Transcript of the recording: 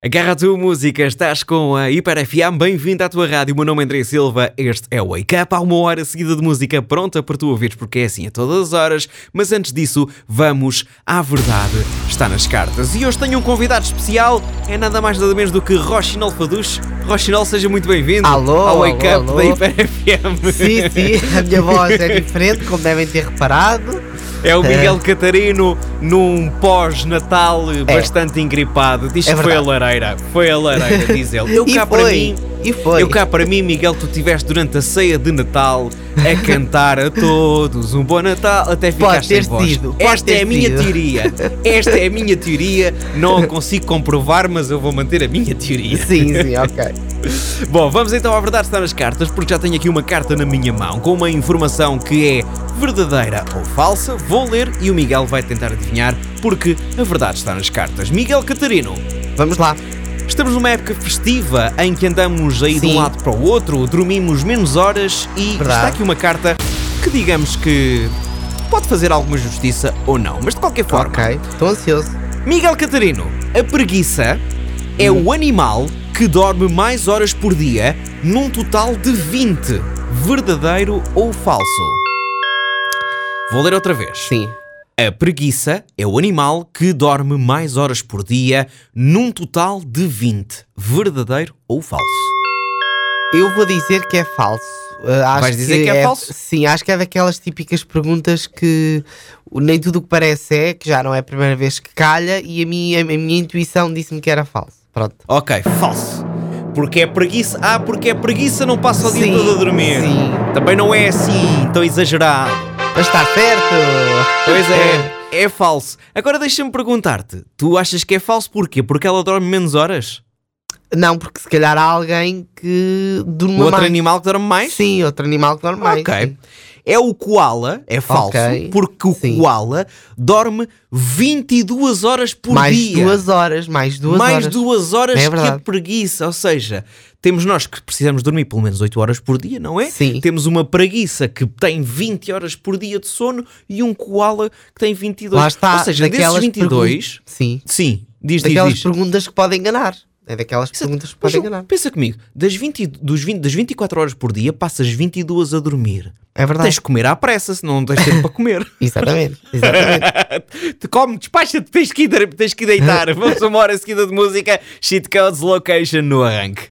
Agarra a tua música, estás com a Hiper FM, bem-vindo à tua rádio. O meu nome é André Silva, este é o Wake Up. Há uma hora seguida de música pronta para tu ouvires, porque é assim a todas as horas. Mas antes disso, vamos à verdade. Está nas cartas. E hoje tenho um convidado especial, é nada mais nada menos do que Rochinol Faduz. Rochinol, seja muito bem-vindo Alô, ao Wake alô, Up alô. da Hiper FM. Sim, sim, a minha voz é diferente, como devem ter reparado. É o Miguel Catarino num pós-natal bastante engripado. Diz É que foi a verdade. lareira. Foi a lareira, diz ele. Eu e cá foi, para mim. e foi. Eu cá para mim, Miguel, tu estiveste durante a ceia de Natal a cantar a todos um bom Natal até ficaste Pode ter sem voz. sido, pode Esta é ter a minha sido. teoria. Esta é a minha teoria. Não a consigo comprovar, mas eu vou manter a minha teoria. Sim, sim, ok. Bom, vamos então à verdade estar nas cartas, porque já tenho aqui uma carta na minha mão com uma informação que é verdadeira ou falsa. Vou ler e o Miguel vai tentar adivinhar, porque a verdade está nas cartas. Miguel Catarino, Vamos lá. estamos numa época festiva em que andamos aí de um Sim. lado para o outro, dormimos menos horas e Verdade. está aqui uma carta que digamos que pode fazer alguma justiça ou não, mas de qualquer forma. Ok, estou ansioso. Miguel Catarino, a preguiça é Hum. o animal que dorme mais horas por dia, num total de 20. Verdadeiro ou falso? Vou ler outra vez. Sim. A preguiça é o animal que dorme mais horas por dia, num total de 20. Verdadeiro ou falso? Eu vou dizer que é falso. Uh, acho Vais dizer que é falso? Sim, acho que é daquelas típicas perguntas que o- nem tudo o que parece é, que já não é a primeira vez que calha, e a minha, a minha intuição disse-me que era falso. Pronto. Ok, falso. Porque é preguiça. Ah, porque é preguiça, não passa o dia Sim, todo a dormir. sim. Também não é assim tão exagerado. Mas está certo! Pois é, é falso. Agora deixa-me perguntar-te: tu achas que é falso porquê? Porque ela dorme menos horas? Eh, Não, porque se calhar há alguém que O dorme outro mais. animal que dorme mais? Sim, outro animal que dorme mais. ok. sim. É o koala, é falso, Ok. porque o Sim. koala dorme 22 horas por mais dia. duas horas, mais duas mais horas. duas horas É que a verdade. preguiça. Ou seja, temos nós que precisamos dormir pelo menos 8 horas por dia, não é? Sim. Temos uma preguiça que tem 20 horas por dia de sono e um koala que tem 22. Lá está, Ou seja, desses daquelas 22, pergun- Sim. sim, diz, diz, Daquelas diz. perguntas que podem enganar. É daquelas Isso é- perguntas que Mas, podem João, enganar. pensa comigo, das, 20, dos 20, das 24 horas por dia passas 22 a dormir. É verdade. Tens de comer à pressa, senão não tens tempo para comer. Exatamente. exatamente. Te come, despacha-te, tens que, ir, tens que ir deitar. Vamos a uma hora seguida de música, Shit Codes Location no arranque.